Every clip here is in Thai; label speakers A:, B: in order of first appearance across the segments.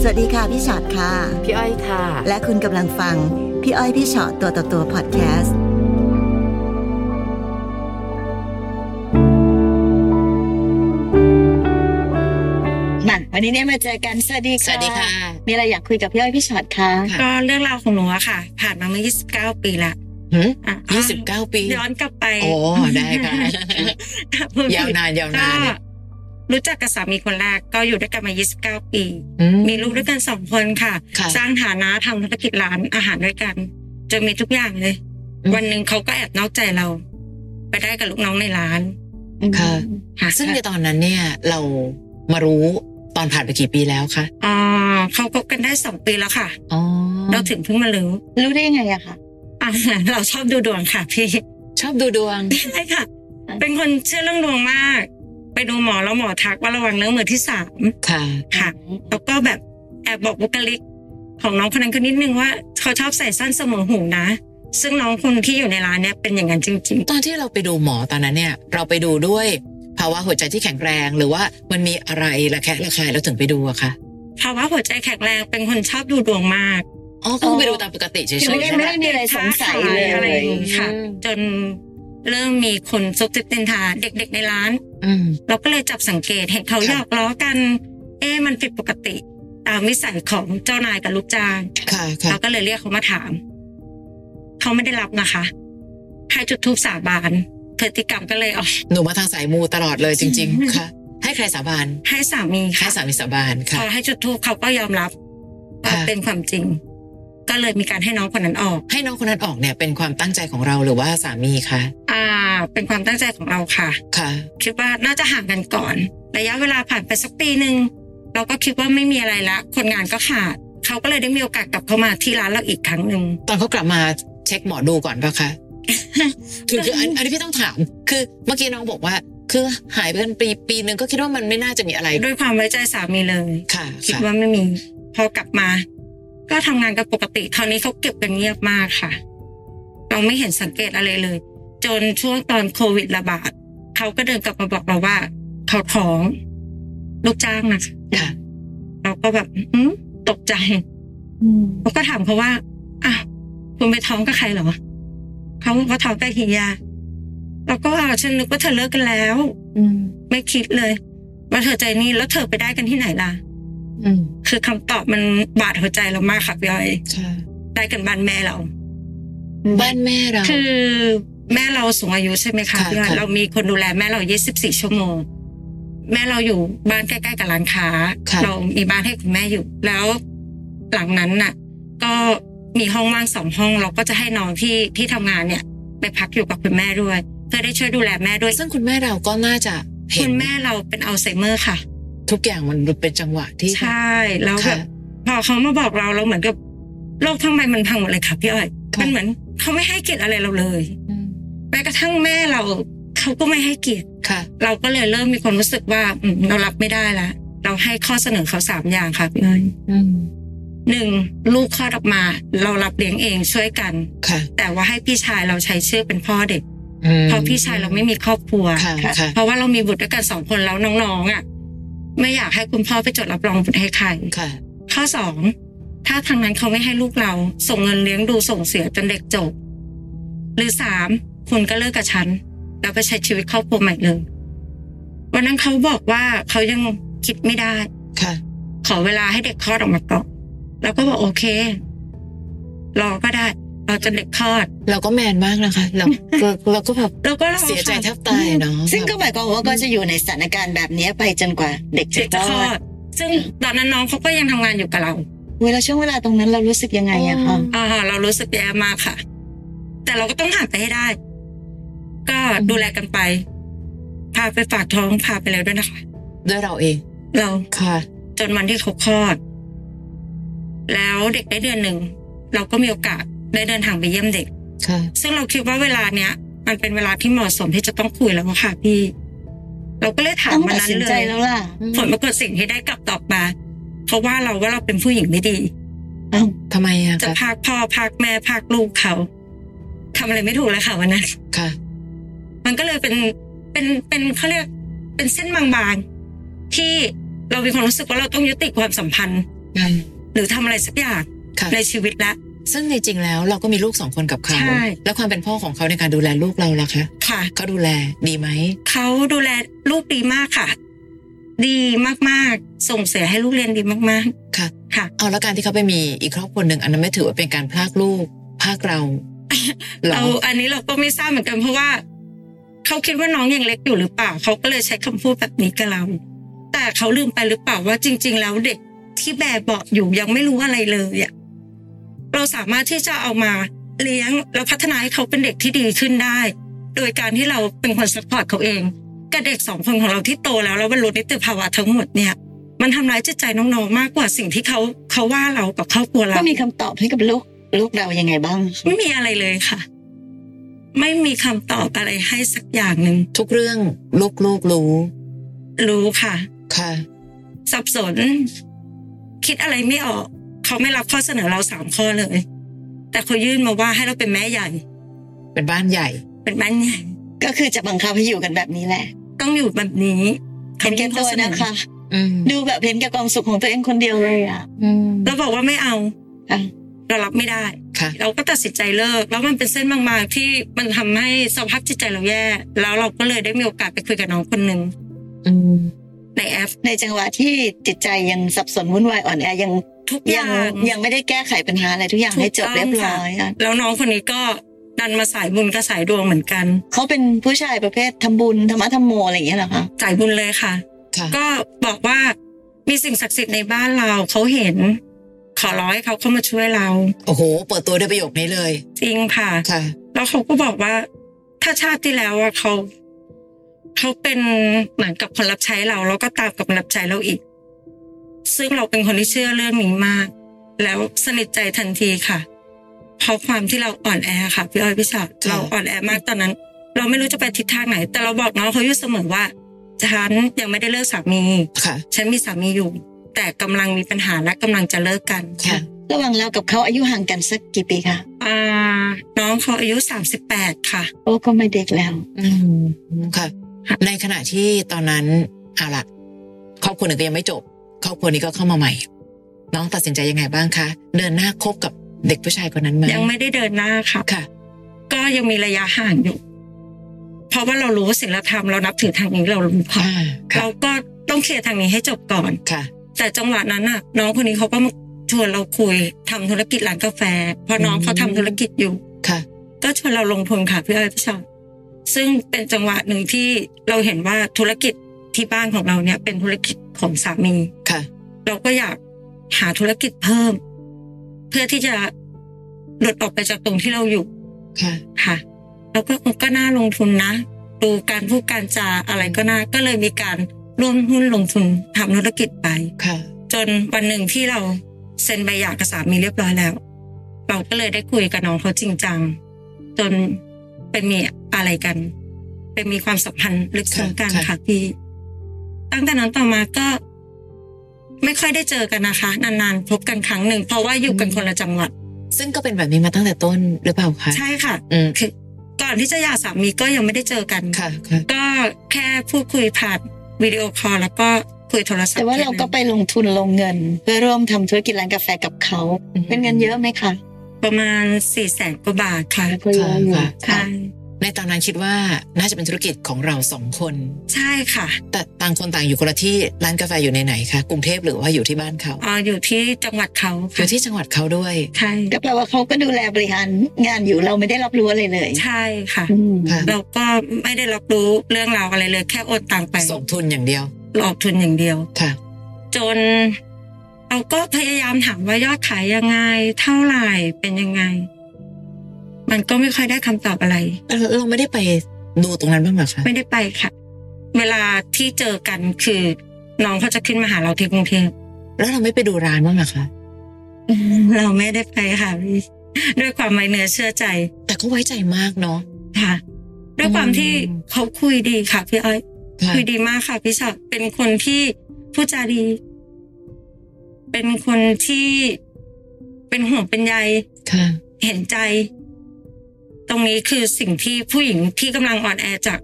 A: สวัสดีค่ะพี่ชอตค่ะ
B: พี่อ้อยค่ะ
A: และคุณกำลังฟัง พี่อ้อยพี่ชอตตัวต่อตัวพอดแคสต์มาวันนี้เนี่ยมาเจอกันสวัสดี
B: ส
A: ค่ะ
B: วัสดีค่ะ
A: มีอะไรอยากคุยกับพี่อ้อยพี่ชอตค่ะ
B: ค่ะ
C: ก็เรื่องราวของหนูอะค่ะ ผ่านมาเมื่อ 29 ปีละ
B: หืม
C: อ่ะ
B: ยี่สิบเก้าปี
C: ย้อนกลับไป
B: โอ้ ได้ค่ะ
C: พูดผิด
B: ยาวนานยาวนาน
C: ก็รู้จักกับสามีคนแรกก็อยู่ด้วยกันมา 29 ปี
B: อื
C: มีลูกด้วยกันสองคนค่ะ
B: ค่ะ
C: สร้างฐานะทำธุรกิจร้านอาหารด้วยกันจนมีทุกอย่างเลย
B: อืม
C: วันหนึ่งเขาก็แอบนอกใจเรา ไปได้กับลูกน้องในร้าน
B: ค่ะ
C: ค่ะ
B: ซึ่งในตอนนั้นเนี่ย เรามารู้ตอนผ่านไปกี่ปีแล้วคะ
C: อ่าเขาคบกันได้สองปีแล้วค่ะ
B: อ๋อ
C: เราถึงเพิ่งมารู้
A: รู้ได้ยังไงอะคะ
C: อ่าเราชอบดูดวงค่ะพี่
B: ชอบดูดวง
C: ใช่ค่ะ เป็นคนเชื่อเรื่องดวงมาก ไปดูหมอแล้วหมอทักว่าระวังเรื่องมือที่สาม
B: ค่ะ
C: ค่ะ แล้วก็แบบแอบบอกบุคลิก ของน้องคนนั้นก็นิดนึงว่าเขาชอบใส่สั้นเสมอหูนะ ซึ่งน้องคนที่อยู่ในร้านเนี่ยเป็นอย่างนั้นจริง
B: ตอนที่เราไปดูหมอตอนนั้นเนี่ย เราไปดูด้วยภาวะหัวใจที่แข็งแรงหรือว่ามันมีอะไรระแคะระคายเราถึงไปดูอะคะ
C: ๆ ภาวะหัวใจแข็งแรงเป็นคนชอบดูดวงมาก
B: อ๋อก็คือไปดูตามปกติเฉยๆ
A: คือไม่ได้
B: ใช่ไห
A: ไม่
B: ม
A: ได้มีอะไรสงสัยเลย
C: อะไรอย่างงี้
B: ค่ะ
C: จนเริ่มมีคนซบติดตินทาเด็กๆในร้าน
B: อืม
C: เราก็เลยจับสังเกตเห็นเขา
B: ครับ
C: หยอกล้อกัน เอ๊ะมันผิดปกติ ตามวิสัยของเจ้านายกับลูกจ้าง
B: ค่ะค่ะ
C: เราก็เลยเรียกเขามาถาม เขาไม่ได้รับนะคะให้จุดทูปสาบานพฤติกรรมก็เลยเอา
B: หนูมาทางสายมูตลอดเลยจริง ๆ ค่ะ ให้ใครสาบาน
C: ให้สามี
B: ให้
C: ค่ะ
B: สามีสาบาน
C: พ
B: ค่ะ
C: อให้จุดทูปเขาก็ยอมรับว่า
B: ค่ะ
C: เป็นความจริง ก็เลยมีการให้น้องคนนั้นออก
B: ให้น้องคนนั้นออกเนี่ยเป็นความตั้งใจของเราหรือว่าสามีคะ
C: อ่า เป็นความตั้งใจของเราค่ะ
B: ค่ะ
C: คิดว่าน่าจะห่างกันก่อน ระยะเวลาผ่านไปสักปีหนึ่งเราก็คิดว่าไม่มีอะไรละ คนงานก็ขาด เขาก็เลยได้มีโอกาสกลับเข้ามาที่ร้านเราอีกครั้งหนึ่ง
B: ตอนเขากลับมาเช็คหมอดูก่อนปะคะ คือคืออันอันนี้พี่ต้องถาม คือเมื่อกี้น้องบอกว่า คือหายไปเป็นปีปีหนึ่งก็คิดว่ามันไม่น่าจะมีอะไร
C: ด้วยความไว้ใจสามีเลย
B: ค่ะ
C: คิด
B: ค่ะ
C: ว่าไม่มี พอกลับมา ก็ทำงานกันปกติคราวนี้เขาเก็บกันเงียบมากค่ะ เราไม่เห็นสังเกตอะไรเลย จนช่วงตอนโควิดระบาดเขาก็เดินกลับมาบอกเราว่าเขาท้อง ลูกจ้างนะ
B: ค่ะ
C: เราก็แบบอืมตกใจเราก็ถามเขาว่าอ้าวคุณไปท้องกับใครเหรอเขาบอกว่าท้องกับเฮียเราก็อ้าวฉันนึกว่าเธอเลิกกันแล้ว
B: อืม
C: ไม่คิดเลยว่าเธอใจนี่แล้วเธอไปได้กันที่ไหนล่ะ
B: อืม
C: คือคำตอบมันบาดหัวใจเรามากค่ะพี่อ้อย
B: ค่ะ
C: ได้กันบ้านแม่เรา
B: บ้านแม่เรา
C: คือแม่เราสูงอายุใช่ไหมคะ
B: ค่ะ
C: พี่อ้อย
B: ค่ะ
C: เรามีคนดูแลแม่เรา 24 ชั่วโมง แม่เราอยู่บ้านใกล้ๆกับร้านค้า
B: ค่ะ
C: เรามีบ้านให้คุณแม่อยู่ แล้วหลังนั้นน่ะ ก็มีห้องว่างสองห้อง เราก็จะให้น้องที่ที่ทำงานเนี่ย ไปพักอยู่กับคุณแม่ด้วยเพื่อได้ช่วยดูแลแม่ด้วย
B: ซึ่งคุณแม่เราก็น่าจะเห็
C: คุ
B: น
C: ณแม่เราเป็นอัลไซเมอร์ค่ะ
B: ทุกอย่างมันเป็นจังหวะที่
C: ใช่แล้วแบ
B: ค่ะ
C: บพอเขามาบอกเราเราเหมือนกับโลกทั้งใบมันพังหมดเลยค่ะพี่อ้อย
B: ค่ะ
C: มันเหมือนเขาไม่ให้เกียรติอะไรเราเลย
B: อืม
C: แม้กระทั่งแม่เราเขาก็ไม่ให้เกียรติ
B: ค่ะ
C: เราก็เลยเริ่มมีความรู้สึกว่าอืมเรารับไม่ได้ละเราให้ข้อเสนอเขาสามอย่างค่ะพี่อ้อย
B: อืม
C: หนึ่งลูกคลอดออกมา เรารับเลี้ยงเองช่วยกัน
B: ค่ะ
C: แต่ว่าให้พี่ชายเราใช้ชื่อเป็นพ่อเด็ก
B: อืม
C: เพราะพี่ชายเราไม่มีครอบครัว
B: ค่ะ
C: ค่ะ
B: ค่ะ
C: เพราะว่าเรามีบุตรด้วยกันสองคนแล้วน้องๆอ่ะ ไม่อยากให้คุณพ่อไปจดรับรองบุตรให้ใคร
B: ค่ะ
C: ข้อสองถ้าทางนั้นเขาไม่ให้ลูกเรา ส่งเงินเลี้ยงดูส่งเสียจนเด็กจบ หรือสามคุณก็เลิกกับฉัน แล้วไปใช้ชีวิตครอบครัวใหม่เลยวันนั้นเขาบอกว่าเขายังคิดไม่ได้
B: ค่ะ
C: ขอเวลาให้เด็กคลอดออกมาก่อนแล้วก็บอกโอเค รอก็ได้ เราจนเด็กคลอด
B: เราก็แมนมากนะคะเราเราเราก็แบบ
C: แล้วก็รอ
B: เสียใจแท
C: ค่ะ
B: บตายเนาะ
A: ซึ่งก็หมายความว่าก็จะอยู่ในสถานการณ์แบบนี้ไปจนกว่าเด็กจะ
C: เด็ก
A: ค
C: จะ
A: ล
C: คล
A: อ
C: อ
A: ด
C: ด ซึ่งตอนนั้นน้องเขาก็ยังทำงานอยู่กับเรา
A: เวลาช่วงเวลาตรงนั้นเรารู้สึกยังไงอะคะ
C: อ่าเรารู้สึกแย่มากค่ะ แต่เราก็ต้องผ่านไปให้ได้ ก็ดูแลกันไป พาไปฝากท้องพาไปแล้วด้วยนะคะ
B: ด้วยเราเอง
C: เรา
B: ค่ะ
C: จนวันที่เขาคลอด แล้วเด็กได้เดือนหนึ่ง เราก็มีโอกาสได้เดินทางไปเยี่ยมเด็ก
B: ค่ะ
C: ซึ่งเราคิดว่าเวลาเนี้ย มันเป็นเวลาที่เหมาะสมที่จะต้องคุยแล้วอะค่ะพี่ เราก็เลยถาม
A: ต้อง
C: วัน
A: ตัด
C: นั้น
A: สิน
C: เล
A: ใจ
C: ย
A: แล้วล่ะ
C: ผลปรากฏสิ่งที่ได้กลับตอบมาเขาว่าเราว่าเราเป็นผู้หญิงไม่ดี
B: ทำไมอะ
C: จะ
B: คะ
C: พากพ่อพากแม่พากลูกเขาทำอะไรไม่ถูกเลยค่ะวันนั้น
B: ค่ะ
C: มันก็เลยเป็นเป็นเป็นเขาเรียกเป็นเส้นบางๆที่เรามีความรู้สึกว่าเราต้องยุติความสัมพันธ์
B: อืม
C: หรือทำอะไรสักอย่าง
B: ค่ะ
C: ในชีวิตละ
B: ซึ่งในจริงแล้วเราก็มีลูกสองคนกับเขา
C: ใช่
B: แล้วความเป็นพ่อของเขาในการดูแลลูกเราล่ะคะ
C: ค่ะ
B: เขาดูแลดีไหม
C: เขาดูแลลูกดีมากค่ะ ดีมากๆ ส่งเสริมให้ลูกเรียนดีมาก
B: ค่ะ
C: ๆ ค่ะ
B: เอาแล้วการที่เขาไปมีอีกครอบครัวหนึ่งอันนั้นไม่ถือว่าเป็นการพรากลูกพรากเราหรอ
C: เราอันนี้เราก็ไม่ทราบเหมือนกัน เพราะว่าเขาคิดว่าน้องยังเล็กอยู่หรือเปล่าเขาก็เลยใช้คำพูดแบบนี้กับเรา แต่เขาลืมไปหรือเปล่าว่าจริง ๆ แล้วเด็กที่แบบเบาะอยู่ยังไม่รู้อะไรเลยอะเราสามารถที่จะเอามาเลี้ยงแล้วพัฒนาให้เขาเป็นเด็กที่ดีขึ้นได้ โดยการที่เราเป็นคนสปอร์ตเขาเองกับเด็กสองคนของเราที่โตแล้วแล้วบรรลุนิติภาวะทั้งหมดเนี่ย มันทำร้ายจิตใจน้องๆมากกว่าสิ่งที่เขาเขาว่าเรากับครอบครัวเรา
D: ก็มีคำตอบให้กับลูกลูกเรายังไงบ้าง
C: ไม่มีอะไรเลยค่ะ ไม่มีคำตอบอะไรให้สักอย่างหนึ่ง
B: ทุกเรื่องลูกลูกๆรู้
C: รู้ค่ะ
B: ค่ะ
C: สับสน คิดอะไรไม่ออก เขาไม่รับข้อเสนอเราสามข้อเลย แต่เขายื่นมาว่าให้เราเป็นแม่ใหญ่
B: เป็นบ้านใหญ่
C: เป็นบ้านใหญ่
D: ก็คือจะบังคับให้อยู่กันแบบนี้แหละ
C: ต้องอยู่แบบนี้
D: เห็นแก่
C: ขา
D: ตัว
C: ยื่ข้อสอ
D: นะคะ
B: อืม
D: ดูแบบเห็นแก่ความสุขของตัวเองคนเดียวเลยอ่ะ
C: เราบอกว่าไม่เอา
D: อ่ะ
C: เรารับไม่ได้
B: ค่ะ
C: เราก็ตัดสินใจเลิก แล้วมันเป็นเส้นบางๆที่มันทำให้สภาพจิตใจเราแย่ แล้วเราก็เลยได้มีโอกาสไปคุยกับน้องคนหนึ่ง
B: อืม
C: ในแอป
D: ในจังหวะที่จิตใจยังสับสนวุ่นวายอ่อนแอยัง
C: ทุกอ
D: ยั
C: ย่าง ง
D: ยังไม่ได้แก้ไขปัญหาอะไรทุกอย่างให้จบเรียบร้อยอ่ะ
C: แล้วน้องคนนี้ก็ดันมาสายบุญกับสายดวงเหมือนกัน
D: เขาเป็นผู้ชายประเภททำบุญธรรมะธรรมโมอะไรอย่างเงี้ยเหรอคะ
C: สายบุญเลยค่ะ
B: ค่ะ
C: ก็บอกว่ามีสิ่งศักดิ์สิทธิ์ในบ้านเราเขาเห็น ขอร้อยเขาเข้ามาช่วยเรา
B: โอ้โห เปิดตัวด้วยประโยคนี้เลย
C: จริงค่ะ
B: ค่ะ
C: แล้วเขาก็บอกว่า ถ้าชาติที่แล้วอะเขาเขาเป็นเหมือนกับคนรับใช้เรา แล้วก็ตามกับคนรับใช้เราอีก ซึ่งเราเป็นคนที่เชื่อเรื่องนี้มาก แล้วสนิทใจทันทีค่ะ เพราะความที่เราอ่อนแอค่ะพี่อ้อยพี่สาว
B: ค่ะ
C: เราอ่อนแอมากตอนนั้น เราไม่รู้จะไปทิศทางไหน แต่เราบอกน้องเขาอยู่เสมอว่าฉันยังไม่ได้เลิกสามี
B: ค่ะ
C: ฉันมีสามีอยู่ แต่กำลังมีปัญหาและกำลังจะเลิกกัน
B: ค่ะ
D: ระหว่างเรากับเขาอายุห่างกันสักกี่ปีคะ
C: อ่าน้องเขาอายุสามสิบแปดค่ะ
D: โอ้ก็ไม่เด็กแล้ว
B: อืมค่ะ ในขณะที่ตอนนั้นเอาละครอบครัวหนึ่งก็ยังไม่จบ ครอบครัวนี้ก็เข้ามาใหม่ น้องตัดสินใจยังไงบ้างคะ เดินหน้าคบกับเด็กผู้ชายคนนั้นไหม
C: ยังไม่ได้เดินหน้าค่ะ
B: ค่ะ
C: ก็ยังมีระยะห่างอยู่ เพราะว่าเรารู้ศีลธรรมเรานับถือทางนี้เรารู้ค่ะ
B: ค่ะ ค่ะ
C: เราก็ต้องเคลียร์ทางนี้ให้จบก่อน
B: ค่ะ
C: แต่จังหวะนั้นน่ะ น้องคนนี้เขาก็มาชวนเราคุยทำธุรกิจร้านกาแฟเพราะน้อง
B: อืม
C: เขาทำธุรกิจอยู่
B: ค่ะ
C: ก็ชวนเราลงทุนค่ะพี่อ้อยพี่ชอซึ่งเป็นจังหวะหนึ่งที่เราเห็นว่าธุรกิจที่บ้านของเราเนี่ย เป็นธุรกิจของสามี
B: ค่ะ
C: เราก็อยากหาธุรกิจเพิ่ม เพื่อที่จะหลุดออกไปจากตรงที่เราอยู่
B: ค่ะ
C: ค่ะแล้วก็ก็น่าลงทุนนะ ดูการพูดการจาอะไรก็น่าก็เลยมีการร่วมหุ้นลงทุนทำธุรกิจไป
B: ค่ะ
C: จนวันหนึ่งที่เราเซ็นใบหย่ากับสามีเรียบร้อยแล้ว เราก็เลยได้คุยกับน้องเขาจริงจัง จนไปมีอะไรกัน ไปมีความสัมพันธ์ลึกซึ้งกัน
B: ค่ะค่ะ
C: ค่ะพี่ตั้งแต่นั้นต่อมาก็ ไม่ค่อยได้เจอกันนะคะ นานๆพบกันครั้งหนึ่งเพราะว่าอยู่กันคนละจังหวัด
B: ซึ่งก็เป็นแบบนี้มาตั้งแต่ต้นหรือเปล่าคะ
C: ใช่ค่ะ
B: อืม
C: คือก่อนที่จะหย่าสามีก็ยังไม่ได้เจอกัน
B: ค่ะ ค่ะ
C: ก็แค่พูดคุยผ่านวิดีโอคอลแล้วก็คุยโทรศัพท์
D: แต่ว่าเราก็ไปลงทุนลงเงิน เพื่อร่วมทำธุรกิจร้านกาแฟกับเขา
B: อืม
D: เป็นเงินเยอะไหมคะ
C: ประมาณสี่แสนกว่าบาทค่ะ
D: ก็เยอะอยู่
B: ค่ะ
D: ค่ะ
C: ใช่
B: ในตอนนั้นคิดว่าน่าจะเป็นธุรกิจของเราสองคน
C: ใช่ค่ะ
B: แต่ต่างคนต่างอยู่คนละที่ร้านกาแฟอยู่ในไหนคะกรุงเทพหรือว่าอยู่ที่บ้านเขา
C: เอ่ออยู่ที่จังหวัดเขา
B: อ
C: ค่ะ
B: ยู่ที่จังหวัดเขาด้วย
C: ใช่
D: ก็แปลว่าเขาก็ดูแลบริหารงานอยู่เราไม่ได้รับรู้อะไรเลย
C: ใช่ค่ะ
D: อืม
B: ค่ะ
C: เราก็ไม่ได้รับรู้เรื่องราวอะไรเลย แค่โอนตังไป
B: ส่งทุนอย่างเดียว
C: ออกทุนอย่างเดียว
B: ค่ะ
C: จนเราก็พยายามถามว่ายอดขายยังไง เท่าไหร่เป็นยังไง มันก็ไม่ค่อยได้คำตอบอะไร
B: เอ่อเราไม่ได้ไปดูตรงนั้นบ้างเหรอคะ
C: ไม่ได้ไปค่ะ เวลาที่เจอกันคือน้องเขาจะขึ้นมาหาเราที่กรุงเทพ
B: แล้วเราไม่ไปดูร้านบ้างเหรอคะ
C: เราไม่ได้ไปค่ะพี่ด้วยความไม่เนื้อเชื่อใจ
B: แต่ก็ไว้ใจมากเนาะ
C: ค่ะ ด้วยความที่
B: อืม
C: เขาคุยดีค่ะพี่อ้อย
B: ค่ะ
C: คุยดีมากค่ะพี่ชอบเป็นคนที่พูดจาดี เป็นคนที่เป็นห่วงเป็นใย
B: ค่ะ
C: เห็นใจ ตรงนี้คือสิ่งที่ผู้หญิงที่กำลังอ่อนแอจาก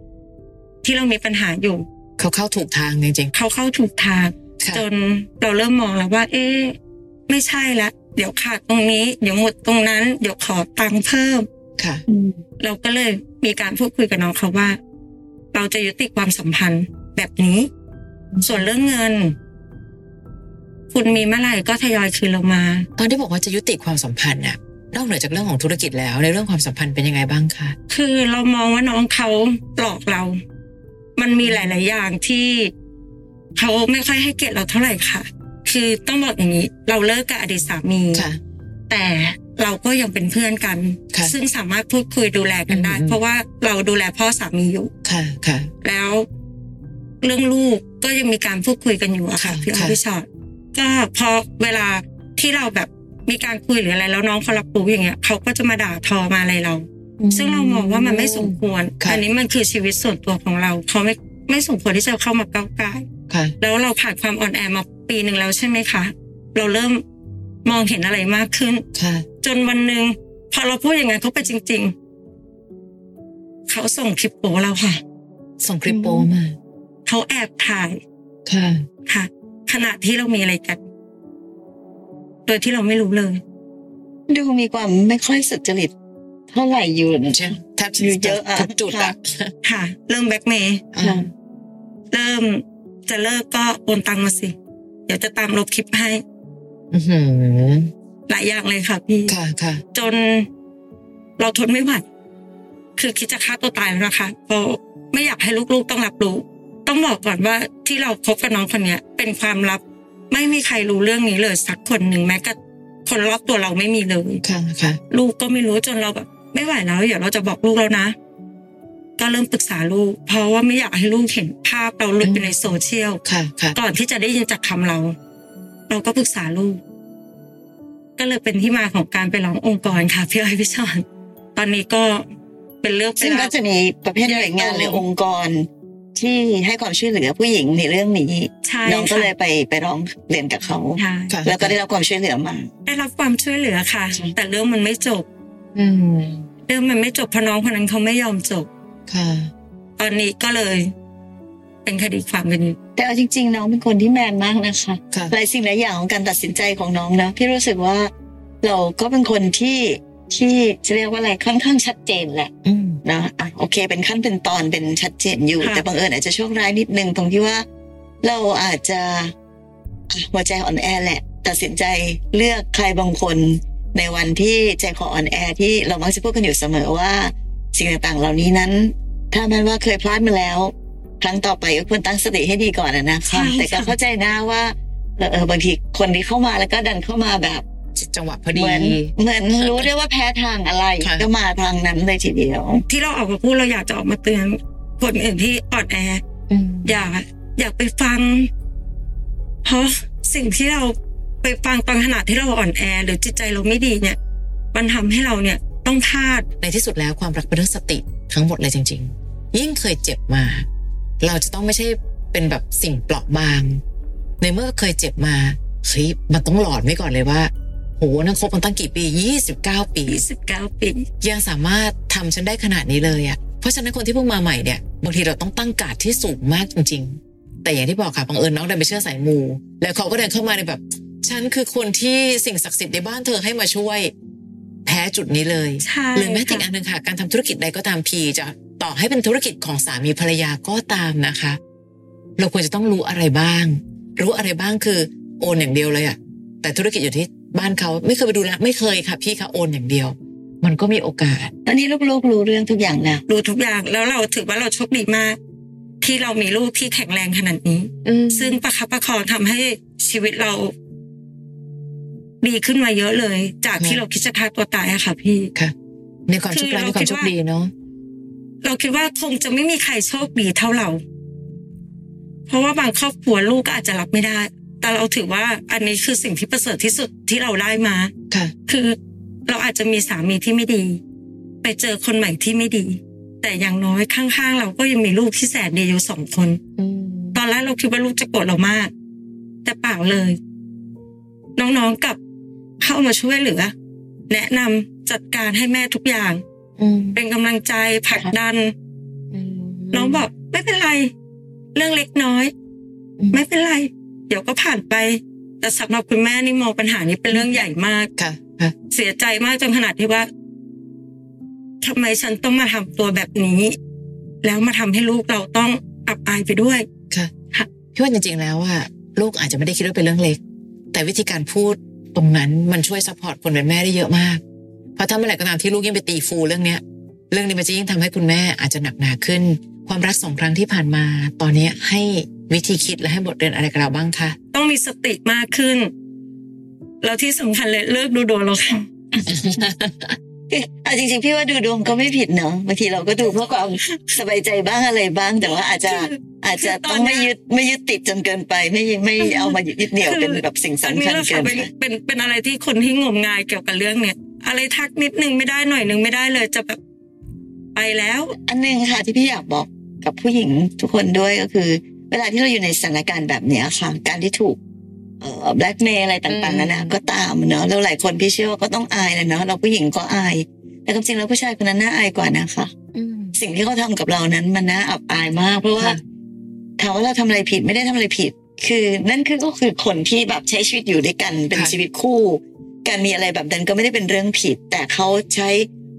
C: ที่เรามีปัญหาอยู่
B: เขาเข้าถูกทางจริง
C: เขาเข้าถูกทาง
B: ๆค่ะ
C: จนเราเริ่มมองแล้วว่า เอ๊ะ ไม่ใช่ละเดี๋ยวขาดตรงนี้ เดี๋ยวหมดตรงนั้น เดี๋ยวขอตังค์เพิ่ม
B: ค่ะ
D: อืม
C: เราก็เลยมีการพูดคุยกับน้องเขาว่า เราจะยุติความสัมพันธ์แบบนี้ ส่วนเรื่องเงิน คุณมีเมื่อไหร่ก็ทยอยคืนเรามา
B: ตอนที่บอกว่าจะยุติความสัมพันธ์น่ะนอกเหนือจากเรื่องของธุรกิจแล้ว ในเรื่องความสัมพันธ์เป็นยังไงบ้างคะ
C: คือเรามองว่าน้องเขาหลอกเรา มันมีหลาย ๆ อย่างที่เขาไม่ค่อยให้เกียรติเราเท่าไหร่ค่ะ คือต้องบอกอย่างนี้ เราเลิกกับอดีตสามี
B: ค่ะ
C: แต่เราก็ยังเป็นเพื่อนกัน
B: ค่ะ
C: ซึ่งสามารถพูดคุยดูแลกันได้
B: อืม
C: เพราะว่าเราดูแลพ่อสามีอยู่
B: ค่ะค่ะ
C: แล้วเรื่องลูกก็ยังมีการพูดคุยกันอยู่อะค่ะ
B: ค่ะ
C: พี่อ้อ
B: ค่ะ
C: ยพี่ชอตก็พอเวลาที่เราแบบมีการคุยหรืออะไร แล้วน้องเขารับรู้อย่างเงี้ยเขาก็จะมาด่าทอมาอะไรเรา ซึ่งเรามองว่ามันไม่สมควร
B: ค่ะ
C: อันนี้มันคือชีวิตส่วนตัวของเรา เขาไม่ไม่สมควรที่จะเข้ามาก้าวไก่าย
B: ค่ะ
C: แล้วเราผ่านความอ่อนแอมาปีหนึ่งแล้วใช่ไหมคะ เราเริ่มมองเห็นอะไรมากขึ้น
B: ค่ะ
C: จนวันหนึ่งพอเราพูดอย่างนั้นเขาไปจริง ๆ เขาส่งคลิปโปเราค่ะ
B: ส่งคลิปโปมา
C: เขาแอบถ่าย
B: ค่ะ
C: ค่ะ ขณะที่เรามีอะไรกัน โดยที่เราไม่รู้เลย
D: ดูมีความไม่ค่อยสุจริตเท่าไหร่อยู่
B: ใช่แทบ
D: อยู่เยอะอะ
B: ทุกจุดอะ
D: ค่ะ
C: ค่ะ เริ่มแบล็กเมย์
B: อ่า
C: เริ่มจะเลิกก็โอนตังมาสิ เดี๋ยวจะตามลบคลิปให้
B: อื้อหือ
C: หลายอย่างเลยค่ะพี่
B: ค่ะค่ะ
C: จนเราทนไม่ไหว คือคิดจะฆ่าตัวตายแล้วนะคะ เพราะไม่อยากให้ลูกๆต้องรับรู้ ต้องบอกก่อนว่าที่เราคบกับน้องคนเนี้ย เป็นความลับ ไม่มีใครรู้เรื่องนี้เลยสักคนหนึ่งแม้กระคนรอบตัวเราไม่มีเลย
B: ค่ะค่ะ
C: ลูกก็ไม่รู้จนเราแบบไม่ไหวแล้วเดี๋ยวเราจะบอกลูกแล้วนะ ก็เริ่มปรึกษาลูก เพราะว่าไม่อยากให้ลูกเห็นภาพเราหลุดไปในโซเชียล
B: ค่ะค่ะ
C: ก่อนที่จะได้ยินจากคำเรา เราก็ปรึกษาลูก ก็เลยเป็นที่มาของการไปร้ององค์กรค่ะพี่อ้อยพี่ชอนตอนนี้ก็เป็นเรื่องเป็
D: ซึ่
C: น
D: งก็
C: ราว
D: จะมีประเภทหน่วยงานหรือ
C: เออ
D: องค์กร ที่ให้ความช่วยเหลือผู้หญิงในเรื่องนี้
C: ใช่
D: น้องก็
C: ค่ะ
D: เลยไปไปร้องเรียนกับเขา
C: ใช่
B: ค่ะ
D: แล้วก็ได้รับความช่วยเหลือมา
C: ได้รับความช่วยเหลือค่ะ แต่เรื่องมันไม่จบ
B: อืม
C: เรื่องมันไม่จบเพราะน้องคนนั้นเขาไม่ยอมจบ
B: ค่ะ
C: ตอนนี้ก็เลย เป็นคดีความกันอยู่
D: แต่เอาจริง ๆ น้องเป็นคนที่แมนมากนะคะ
B: ค่ะ
D: หลายสิ่งหลายอย่างของการตัดสินใจของน้องนะพี่รู้สึกว่าเราก็เป็นคนที่ที่จะเรียกว่าอะไรค่อนข้างชัดเจนแหละ
B: อืม
D: นะอ่ะโอเค เป็นขั้นเป็นตอนเป็นชัดเจนอยู่ แต่บังเอิญอาจจะโชคร้ายนิดนึงตรงที่ว่า เราอาจจะอ่ะหัวใจอ่อนแอแหละ ตัดสินใจเลือกใครบางคนในวันที่ใจคออ่อนแอที่เรามักจะพูดกันอยู่เสมอว่า สิ่งต่างๆ เหล่านี้นั้น ถ้าแม้ว่าเคยพลาดมาแล้ว ครั้งต่อไปก็ควรตั้งสติให้ดีก่อนอะนะคะแต่ก็เข้าใจนะว่าเออเออบางทีคนที่เข้ามาแล้วก็ดันเข้ามาแบบ
B: จังหวะพอดี
D: เหมือนเหมือนรู้ด้วยว่าแพ้ทางอะไร
B: ค่ะ
D: ก็มาทางนั้นเลยทีเดียว
C: ที่เราออกมาพูดเราอยากจะออกมาเตือนคนอื่นที่อ่อนแอ
B: อืม
C: อย่าอย่าไปฟัง เพราะสิ่งที่เราไปฟังตอนขณะที่เราอ่อนแอ หรือจิตใจเราไม่ดีเนี่ย มันทำให้เราเนี่ยต้องพลาด
B: ในที่สุดแล้วความรักเป็นเรื่องสติทั้งหมดเลยจริง ๆ ยิ่งเคยเจ็บมา เราจะต้องไม่ใช่เป็นแบบสิ่งเปราะบาง ในเมื่อเคยเจ็บมาเฮ้ยมันต้องหลอดไว้ก่อนเลยว่า โหนั่งคบกันตั้งกี่ปี 29 ปี
C: 29ปี
B: ยังสามารถทำฉันได้ขนาดนี้เลยอะ่ะ เพราะฉะนั้นคนที่เพิ่งมาใหม่เนี่ย บางทีเราต้องตั้งการ์ดที่สูงมากจริง ๆ แต่อย่างที่บอกค่ะ บังเอิญน้องเดินไปเชื่อสายมู แล้วเขาก็เดินเข้ามาในแบบ ฉันคือคนที่สิ่งศักดิ์สิทธิ์ในบ้านเธอให้มาช่วย แพ้จุดนี้เลย
C: ใช่
B: หรือแม้แต่อีก
C: ค่ะ
B: อันหนึ่งค่ะ การทำธุรกิจใดก็ตามพีจะต่อให้เป็นธุรกิจของสามีภรรยาก็ตามนะคะ เราควรจะต้องรู้อะไรบ้าง รู้อะไรบ้างคือโอนอย่างเดียวเลยอะแต่ธุรกิจอยู่ที่บ้านเขาไม่เคยไปดูแลไม่เคยค่ะ พี่คะโอนอย่างเดียว มันก็มีโอกาส
D: ตอนนี้ลูกๆรู้เรื่องทุกอย่างแล้ว
C: รู้ทุกอย่างแล้วเราถือว่าเราโชคดีมาก ที่เรามีลูกที่แข็งแรงขนาดนี้ ซึ่งประคับประคองทำให้ชีวิตเรา ดีขึ้นมาเยอะเลย จาก
B: ค่ะ
C: ที่เราคิดจะฆ่าตัวตายอะค่ะ พี่
B: ในความโชคร้ายในความโชคดีเนาะ
C: เราคิดว่าคงจะไม่มีใครโชคดีเท่าเรา เพราะว่าบางครอบครัวลูกก็อาจจะรับไม่ได้ แต่เราถือว่าอันนี้คือสิ่งที่ประเสริฐที่สุดที่เราได้มา
B: ค่ะ
C: คือเราอาจจะมีสามีที่ไม่ดี ไปเจอคนใหม่ที่ไม่ดี แต่อย่างน้อยข้างๆ เราก็ยังมีลูกที่แสนดีอยู่สองคน
B: อืม
C: ตอนแรกเราคิดว่าลูกจะโกรธเรามาก แต่เปล่าเลย น้องๆกลับเข้ามาช่วยเหลือ แนะนำจัดการให้แม่ทุกอย่าง
B: อืม
C: เป็นกำลังใจผลักดัน น้องบอกไม่เป็นไร เรื่องเล็กน้อย
B: อืม
C: ไม่เป็นไร เดี๋ยวก็ผ่านไป แต่สำหรับคุณแม่นี่มองปัญหานี้เป็นเรื่องใหญ่มาก
B: ค่ะค่ะ
C: เสียใจมากจนขนาดที่ว่าทำไมฉันต้องมาทำตัวแบบนี้ แล้วมาทำให้ลูกเราต้องอับอายไปด้วย
B: ค่ะ
C: ค่ะ
B: พี่ว่าจริงๆแล้วอะลูกอาจจะไม่ได้คิดว่าเป็นเรื่องเล็ก แต่วิธีการพูดตรงนั้นมันช่วยซัพพอร์ตคนเป็นแม่ได้เยอะมาก เพราะถ้าเมื่อไหร่ก็ตามที่ลูกยิ่งไปตีฟูเรื่องเนี้ย เรื่องนี้มันจะยิ่งทำให้คุณแม่อาจจะหนักหนาขึ้น ความรักสองครั้งที่ผ่านมา ตอนเนี้ยให้วิธีคิดและให้บทเรียนอะไรกับเราบ้างคะ
C: ต้องมีสติมากขึ้น แล้วที่สำคัญเลยเลิกดูโดนเราค่ะ
D: เอาจริงๆพี่ว่าดูดวงก็ไม่ผิดเนาะบางทีเราก็ดูเพื่อความสบายใจบ้างอะไรบ้าง แต่ว่าอาจ จะอาจจะต้องไม่ยึดไม่ยึดติดจนเกินไป ไม่ไม่เอามายึดเหนี่ยวเป็นแบบสิ่งสำ
C: อันนี้
D: คัญ
C: เรา
D: เกิ
C: ค่ะ
D: น
C: เป็น
D: ไป
C: เป็นเป็นอะไรที่คนที่งมงายเกี่ยวกับเรื่องเนี่ย อะไรทักนิดนึงไม่ได้หน่อยนึงไม่ได้เลย จะแบบไปแล้ว
D: อันหนึงค่ะที่พี่อยากบอกกับผู้หญิงทุกคนด้วยก็คือ เวลาที่เราอยู่ในสถานการณ์แบบเนี้ยค่ะ การที่ถูกเอ่อแบล็กเมย์อะไรต่างๆนานาก็ตามเนาะแล้วหลายคนพี่เชื่อว่าก็ต้องอายแหละเนาะเราผู้หญิงก็อาย แต่ความจริงแล้วผู้ชายคนนั้นน่าอายกว่านะคะ สิ่งที่เขาทำกับเรานั้นมันน่าอับอายมาก เพราะว่าถามว่าเราทำอะไรผิดไม่ได้ทำอะไรผิด คือนั่นคือก็คือคนที่แบบใช้ชีวิตอยู่ด้วยกันเป็นชีวิตคู่ การมีอะไรแบบนั้นก็ไม่ได้เป็นเรื่องผิด แต่เขาใช้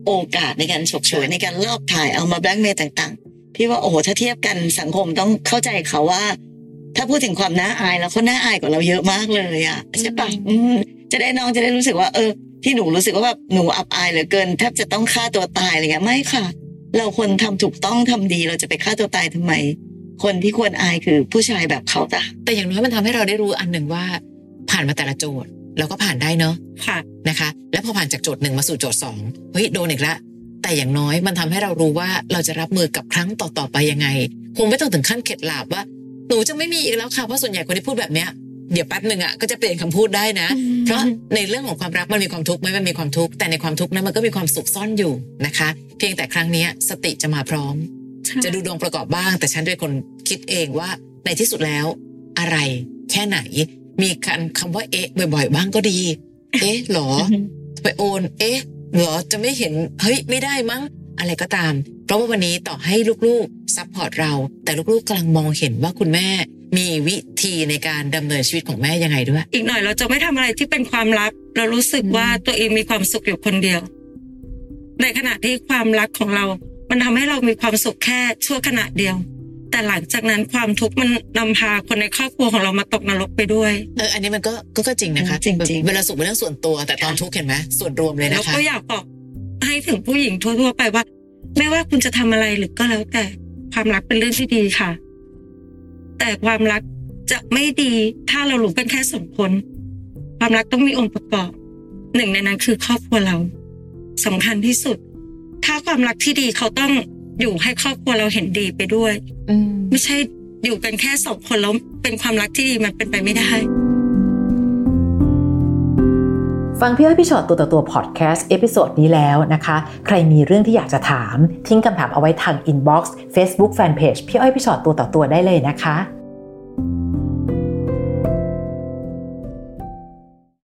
D: โอกาสในการฉกฉวยในการลอบถ่ายเอามาแบล็กเมย์ต่างๆ พี่ว่าโอ้โหถ้าเทียบกันสังคมต้องเข้าใจเขาว่า ถ้าพูดถึงความน่าอายแล้วเขาน่าอายกว่าเราเยอะมากเลยอะใช่ปะอืมจะได้น้องจะได้รู้สึกว่า เออ ที่หนูรู้สึกว่าแบบหนูอับอายเหลือเกินแทบจะต้องฆ่าตัวตายอะไรเงี้ยไม่ค่ะ เราควรทำถูกต้องทำดีเราจะไปฆ่าตัวตายทำไม คนที่ควรอายคือผู้ชายแบบเขาจ้ะ
B: แต่อย่างน้อยมันทำให้เราได้รู้อันหนึ่งว่า ผ่านมาแต่ละโจทย์เราก็ผ่านได้เนาะ
C: ค่ะ
B: นะคะและพอผ่านจากโจทย์หนึ่งมาสู่โจทย์สองเฮ้ยโดนอีกละแต่อย่างน้อยมันทำให้เรารู้ว่าเราจะรับมือกับครั้งต่อๆไปยังไง คงไม่ต้องถึงขั้นเข็ดหลาบว่าหนูจะไม่มีอีกแล้วค่ะเพราะส่วนใหญ่คนที่พูดแบบเนี้ยเดี๋ยวแป๊บหนึ่งอ่ะก็จะเปลี่ยนคำพูดได้นะ เพราะในเรื่องของความรักมันมีความทุกข์ไหมมันมีความทุกข์แต่ในความทุกข์นั้นมันก็มีความสุขซ่อนอยู่นะคะ เพียงแต่ครั้งเนี้ยสติจะมาพร้อม จะดูดวงประกอบบ้าง แต่ฉันเป็นคนคิดเองว่าในที่สุดแล้ว อะไร แค่ไหน มีการคำว่าเอ๊ะบ่อย ๆ บ้างก็ดี เอ๊ะหรอ ไปโอน เอ๊ะเหรอ จะไม่เห็น เฮ้ย ไม่ได้มั้ง อะไรก็ตาม เพราะว่าวันนี้ต่อให้ลูกๆ ซัพพอร์ตเรา แต่ลูกๆกำลังมองเห็นว่าคุณแม่ มีวิธีในการดำเนินชีวิตของแม่ยังไงด้วย
C: อีกหน่อยเราจะไม่ทำอะไรที่เป็นความลับ เรารู้สึกว่าตัวเองมีความสุขอยู่คนเดียว ในขณะที่ความรักของเรา มันทำให้เรามีความสุขแค่ชั่วขณะเดียว แต่หลังจากนั้นความทุกข์มันนำพาคนในครอบครัวของเรามาตกนรกไปด้วย
B: เออ อันนี้มันก็ ก็ก็จริงนะคะ
D: จริง
B: เวลาสุขเป็นเรื่องส่วนตัว แต่ตอนทุกข์เห็นไหมส่วนรวมเลย
C: แล้ว
B: นะคะ
C: ก็อยากบอกให้ถึงผู้หญิงทั่วๆไปว่า ไม่ว่าคุณจะทำอะไรหรือก็แล้วแต่ความรักเป็นเรื่องที่ดีค่ะ แต่ความรักจะไม่ดีถ้าเราหลูกันแค่สองคน ความรักต้องมีองค์ประกอบ หนึ่งในนั้นคือครอบครัวเราสำคัญที่สุด ถ้าความรักที่ดีเขาต้องอยู่ให้ครอบครัวเราเห็นดีไปด้วย
B: อืม
C: ไม่ใช่อยู่กันแค่สองคนแล้วเป็นความรักที่ดีมันเป็นไปไม่ได้
E: ฟังพี่อ้อยพี่ชอตตัวต่อตัวพอดแคสต์เอพิโซดนี้แล้วนะคะ ใครมีเรื่องที่อยากจะถาม ทิ้งคำถามเอาไว้ทางอินบ็อกซ์เฟซบุ๊กแฟนเพจพี่อ้อยพี่ชอตตัวต่อตัวได้เลยนะคะ